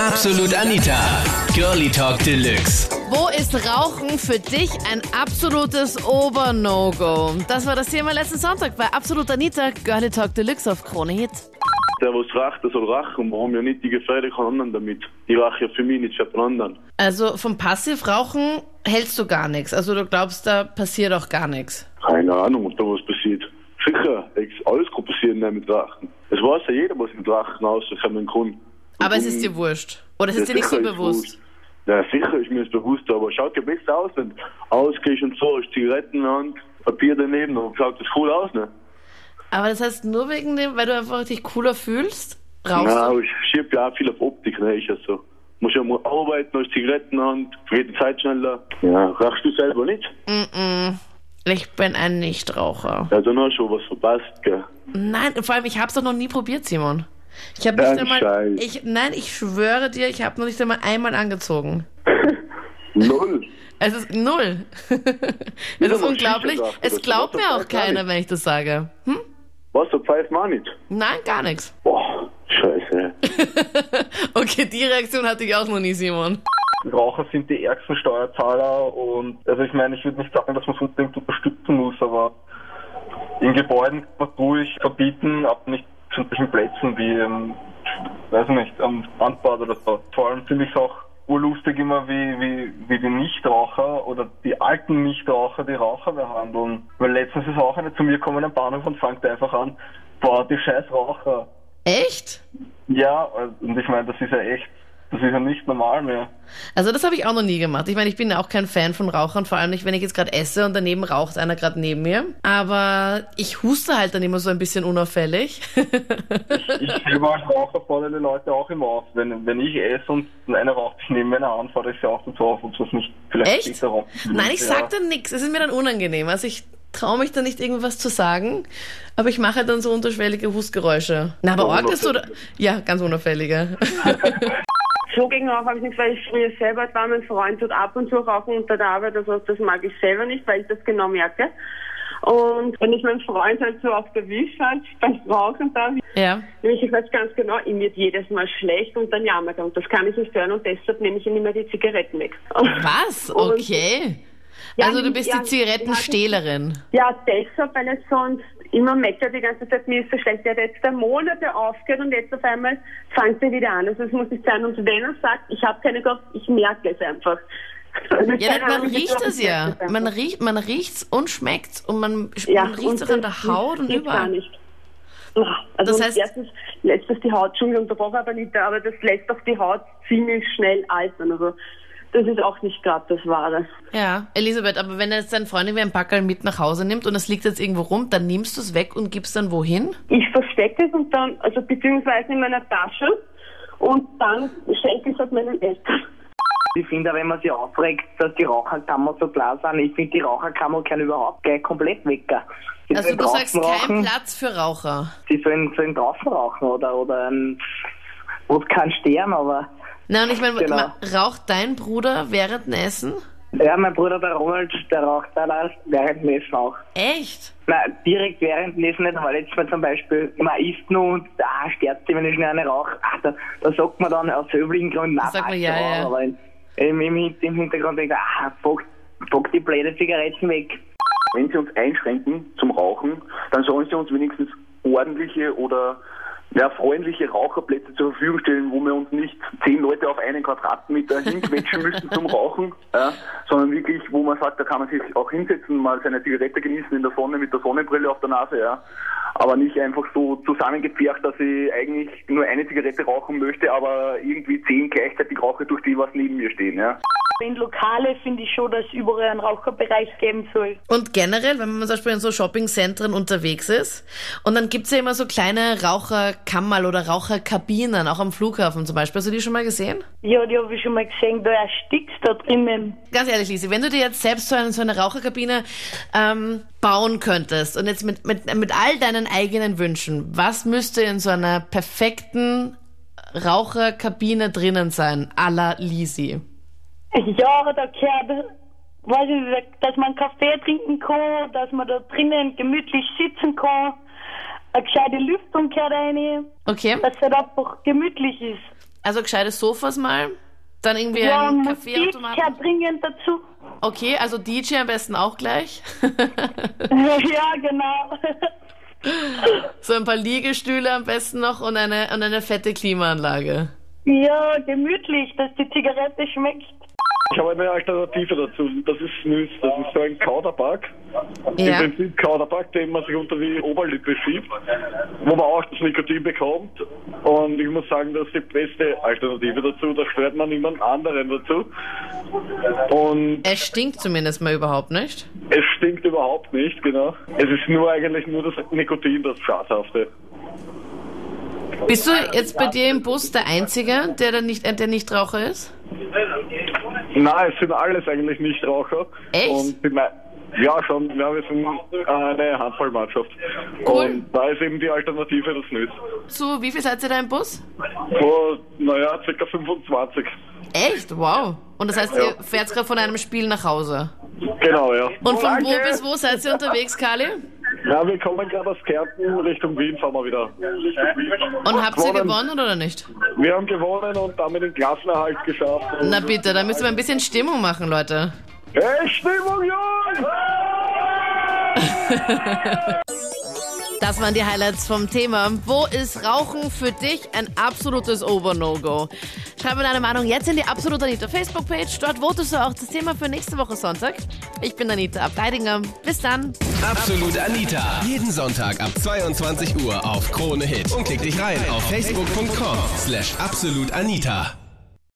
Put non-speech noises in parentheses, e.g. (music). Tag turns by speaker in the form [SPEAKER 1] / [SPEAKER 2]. [SPEAKER 1] Absolut Anita. Girlie Talk Deluxe.
[SPEAKER 2] Wo ist Rauchen für dich ein absolutes Ober-No-Go? Das war das Thema letzten Sonntag bei Absolut Anita, Girlie Talk Deluxe auf Krone Hit.
[SPEAKER 3] Der, was raucht, der soll rauchen. Warum ja nicht die Gefährde kann anderen damit? Die rauchen ja für mich nicht für den anderen.
[SPEAKER 2] Also vom Passivrauchen hältst du gar nichts. Also du glaubst, da passiert auch gar nichts.
[SPEAKER 3] Keine Ahnung, ob da was passiert. Sicher, es- alles kann passieren nicht mit Rachen. Es weiß ja jeder, was mit Rachen aussehen meinen kann.
[SPEAKER 2] Aber es ist dir wurscht. Oder es ist dir nicht so
[SPEAKER 3] sicher
[SPEAKER 2] bewusst.
[SPEAKER 3] Ist ja, sicher ist mir das bewusst, aber schaut ja besser aus, wenn ausgehst und so, hast Zigaretten in der Hand, Papier daneben, dann schaut das cool aus, ne?
[SPEAKER 2] Aber das heißt nur wegen dem, weil du einfach dich cooler fühlst, rauchst
[SPEAKER 3] Ja,
[SPEAKER 2] du?
[SPEAKER 3] aber ich schieb ja auch viel auf Optik, ne, ist ja so. Muss ja mal arbeiten, hast Zigaretten in der Hand, geht die Zeit schneller. Ja, rauchst du selber nicht?
[SPEAKER 2] Ich bin ein Nichtraucher.
[SPEAKER 3] Ja, dann hast du schon was verpasst, gell?
[SPEAKER 2] Nein, vor allem, ich hab's doch noch nie probiert, Simon. Ich habe
[SPEAKER 3] Dein
[SPEAKER 2] nicht einmal.
[SPEAKER 3] Scheiß.
[SPEAKER 2] Ich, nein, ich schwöre dir, ich habe noch nicht einmal einmal angezogen.
[SPEAKER 3] Null.
[SPEAKER 2] Es ist
[SPEAKER 3] (laughs)
[SPEAKER 2] null. es
[SPEAKER 3] aber
[SPEAKER 2] ist
[SPEAKER 3] Shisha
[SPEAKER 2] unglaublich.
[SPEAKER 3] sagt,
[SPEAKER 2] Es
[SPEAKER 3] das
[SPEAKER 2] glaubt
[SPEAKER 3] macht
[SPEAKER 2] mir
[SPEAKER 3] doch
[SPEAKER 2] auch
[SPEAKER 3] gar
[SPEAKER 2] keiner,
[SPEAKER 3] nichts.
[SPEAKER 2] wenn ich das sage. Hm?
[SPEAKER 3] Was, der pfeift man nicht?
[SPEAKER 2] Nein, gar nichts.
[SPEAKER 3] Boah, scheiße.
[SPEAKER 2] Okay, die Reaktion hatte ich auch noch nie, Simon.
[SPEAKER 4] Raucher sind die ärgsten Steuerzahler und also ich meine, ich würde nicht sagen, dass man es unbedingt unterstützen muss, aber in Gebäuden kann man es ruhig verbieten, aber nicht an solchen Plätzen wie, ähm, weiß nicht, am Strandbad oder so. Vor allem finde ich es auch urlustig immer, wie, wie, wie die Nichtraucher oder die alten Nichtraucher die Raucher behandeln. Weil letztens ist auch eine zu mir gekommen am Bahnhof und fängt einfach an, boah, die scheiß Raucher.
[SPEAKER 2] Echt?
[SPEAKER 4] Ja, und ich meine, das ist ja echt, das ist ja nicht normal mehr.
[SPEAKER 2] Also das habe ich auch noch nie gemacht. Ich meine, ich bin ja auch kein Fan von Rauchern, vor allem nicht, wenn ich jetzt gerade esse und daneben raucht einer gerade neben mir. Aber ich huste halt dann immer so ein bisschen unauffällig. (laughs)
[SPEAKER 4] Ich selber als Raucher fordere die Leute auch immer auf. Wenn, wenn ich esse und einer raucht sich neben meiner an, fordere ich sie auch dazu auf, ob sie es nicht vielleicht
[SPEAKER 2] Echt?
[SPEAKER 4] darum.
[SPEAKER 2] Nein, ich sag dann nichts. Es ist mir dann unangenehm. Also ich traue mich dann nicht irgendwas zu sagen, aber ich mache dann so unterschwellige Hustgeräusche. Na, aber Org ist so... Ja, ganz unauffällige.
[SPEAKER 5] So gegen Rauchen habe ich nichts, weil ich früher selber war, mein Freund tut ab und zu rauchen unter der Arbeit, also das mag ich selber nicht, weil ich das genau merke. Und wenn ich meinen Freund halt so auf der Wisch halt beim Rauchen da,
[SPEAKER 2] (laughs) ja.
[SPEAKER 5] nämlich ich weiß ganz genau, ihm wird jedes Mal schlecht und dann jammert er und das kann ich nicht hören und deshalb nehme ich ihm immer die Zigaretten weg.
[SPEAKER 2] Was?
[SPEAKER 5] Und-
[SPEAKER 2] Okay.
[SPEAKER 5] Ja,
[SPEAKER 2] Also du bist
[SPEAKER 5] ja,
[SPEAKER 2] die Zigarettenstehlerin.
[SPEAKER 5] Ja, deshalb, weil er sonst immer meckert die ganze Zeit, mir ist so schlecht. Der hat jetzt da Monate aufgehört und jetzt auf einmal fängt er wieder an. Also das muss nicht sein. Und wenn er sagt, ich habe keine Kopf, ich merke es einfach. Also
[SPEAKER 2] Ja,
[SPEAKER 5] keine
[SPEAKER 2] man
[SPEAKER 5] Ahnung, ich
[SPEAKER 2] riecht
[SPEAKER 5] glaub,
[SPEAKER 2] es
[SPEAKER 5] ich merke
[SPEAKER 2] ja.
[SPEAKER 5] einfach.
[SPEAKER 2] Man riecht, man riecht's und schmeckt's und man,
[SPEAKER 5] Ja,
[SPEAKER 2] man riecht's auch
[SPEAKER 5] das
[SPEAKER 2] an der Haut und
[SPEAKER 5] geht Gar
[SPEAKER 2] überall.
[SPEAKER 5] nicht. Ah, Also
[SPEAKER 2] Das
[SPEAKER 5] das
[SPEAKER 2] heißt-
[SPEAKER 5] heißt, erstens lässt das die Haut schon wieder unterbrochen, aber nicht, aber das lässt auch die Haut ziemlich schnell altern. Also das ist auch nicht gerade das Wahre.
[SPEAKER 2] Ja, Elisabeth, aber wenn jetzt dein Freund irgendwie ein Packerl mit nach Hause nimmt und es liegt jetzt irgendwo rum, dann nimmst du es weg und gibst dann wohin?
[SPEAKER 5] ich verstecke es und dann, also beziehungsweise in meiner Tasche und dann schenke ich es halt meinen Eltern.
[SPEAKER 6] Ich finde auch, wenn man sich aufregt, dass die Raucherkammer so klar sind, ich finde die Raucherkammer kann überhaupt gleich komplett weggehen. Die
[SPEAKER 2] Also
[SPEAKER 6] sollen
[SPEAKER 2] du sagst
[SPEAKER 6] draußen
[SPEAKER 2] kein
[SPEAKER 6] rauchen,
[SPEAKER 2] Platz für Raucher.
[SPEAKER 6] Die sollen, sollen draußen rauchen oder, oder ähm, wo es kann sterben, aber
[SPEAKER 2] Na und ich meine,
[SPEAKER 6] Genau.
[SPEAKER 2] ma- raucht dein Bruder während dem Essen?
[SPEAKER 6] ja, mein Bruder, der Ronald, der raucht da auch während dem Essen auch.
[SPEAKER 2] Echt?
[SPEAKER 6] Nein, direkt während dem Essen nicht, aber letztes Mal zum Beispiel, man isst nur und ah, stört sich, wenn ich schnell eine rauche. Ah, da, da sagt man dann aus üblichen Gründen, nein,
[SPEAKER 2] sagt man,
[SPEAKER 6] passt
[SPEAKER 2] ja,
[SPEAKER 6] schon,
[SPEAKER 2] ja.
[SPEAKER 6] aber in, im, im, Hin- im Hintergrund denkt man, ah, fuck, fuck die blöde Zigaretten weg.
[SPEAKER 7] wenn sie uns einschränken zum Rauchen, dann sollen sie uns wenigstens ordentliche oder ja, freundliche Raucherplätze zur Verfügung stellen, wo wir uns nicht zehn Leute auf einen Quadratmeter hinquetschen müssen zum
[SPEAKER 3] (laughs)
[SPEAKER 7] Rauchen, ja, sondern wirklich, wo man sagt, da kann man sich auch hinsetzen, mal seine Zigarette genießen in der Sonne mit der Sonnenbrille auf der Nase, ja. Aber nicht einfach so zusammengepfercht, dass ich eigentlich nur eine Zigarette rauchen möchte, aber irgendwie zehn gleichzeitig rauche, durch die was neben mir stehen, ja.
[SPEAKER 8] In Lokale finde ich schon, dass es überall einen Raucherbereich geben soll.
[SPEAKER 2] Und generell, wenn man zum Beispiel in so Shoppingzentren unterwegs ist, und dann gibt's ja immer so kleine Raucherkammerl oder Raucherkabinen, auch am Flughafen zum Beispiel. Hast du die schon mal gesehen?
[SPEAKER 8] Ja, die habe ich schon mal gesehen, da erstickst du da drinnen.
[SPEAKER 2] Ganz ehrlich, Lisi, wenn du dir jetzt selbst so eine, so eine Raucherkabine ähm, bauen könntest und jetzt mit, mit, mit all deinen eigenen Wünschen, was müsste in so einer perfekten Raucherkabine drinnen sein, à la Lisi?
[SPEAKER 8] Ja, da gehört, weiß ich nicht, dass man Kaffee trinken kann, dass man da drinnen gemütlich sitzen kann. Eine gescheite Lüftung gehört rein,
[SPEAKER 2] Okay?
[SPEAKER 8] dass es halt einfach gemütlich ist.
[SPEAKER 2] Also gescheite Sofas mal, dann irgendwie
[SPEAKER 5] Ja,
[SPEAKER 2] ein
[SPEAKER 5] Musik
[SPEAKER 2] Kaffeeautomat.
[SPEAKER 5] gehört
[SPEAKER 8] (laughs)
[SPEAKER 5] dringend dazu.
[SPEAKER 2] Okay, also DJ am besten auch gleich. (laughs)
[SPEAKER 5] ja, genau.
[SPEAKER 8] (laughs)
[SPEAKER 2] so ein paar Liegestühle am besten noch und eine, und eine fette Klimaanlage.
[SPEAKER 5] ja, gemütlich, dass die Zigarette schmeckt.
[SPEAKER 3] Ich habe eine Alternative dazu. Das ist Nüss. Das ist so ein Kauderback.
[SPEAKER 2] Ja.
[SPEAKER 3] Im Prinzip Kauderback, den man sich unter die Oberlippe schiebt, wo man auch das Nikotin bekommt. Und ich muss sagen, das ist die beste Alternative dazu. Da stört man niemand anderen dazu. Und
[SPEAKER 2] Es stinkt zumindest mal überhaupt nicht.
[SPEAKER 3] es stinkt überhaupt nicht, genau. Es ist nur eigentlich nur das Nikotin, das Schadhafte.
[SPEAKER 2] Bist du jetzt bei dir im Bus der Einzige, der, da nicht, äh, der nicht Raucher ist?
[SPEAKER 3] Nein, es sind alles eigentlich Nichtraucher.
[SPEAKER 2] Echt?
[SPEAKER 3] Und die mei- ja, schon. Ja, wir sind äh, eine Handballmannschaft.
[SPEAKER 2] Cool.
[SPEAKER 3] Und da ist eben die Alternative das Nüss.
[SPEAKER 2] Zu wie viel seid ihr da im Bus?
[SPEAKER 3] So, naja, circa 25.
[SPEAKER 2] Echt? Wow. Und das heißt, ihr fährt gerade von einem Spiel nach Hause.
[SPEAKER 3] Genau, ja.
[SPEAKER 2] Und von wo bis wo seid ihr unterwegs, Kali?
[SPEAKER 3] Ja, wir kommen gerade aus Kärnten Richtung Wien, fahren wir wieder.
[SPEAKER 2] Und habt ihr gewonnen oder nicht?
[SPEAKER 3] Wir haben gewonnen und damit den Klassenerhalt geschafft. Und
[SPEAKER 2] Na bitte, da müssen wir ein bisschen Stimmung machen, Leute.
[SPEAKER 3] hey, Stimmung, Jungs!
[SPEAKER 2] (laughs) Das waren die Highlights vom Thema. Wo ist Rauchen für dich ein absolutes Ober-No-Go? Schreib mir deine Meinung jetzt in die Absolut Anita Facebook-Page. Dort votest du auch das Thema für nächste Woche Sonntag. Ich bin Anita Abteidinger. Bis dann.
[SPEAKER 1] Absolut Anita. Jeden Sonntag ab 22 Uhr auf Krone Hit. Und klick dich rein auf facebook.com slash absolutanita.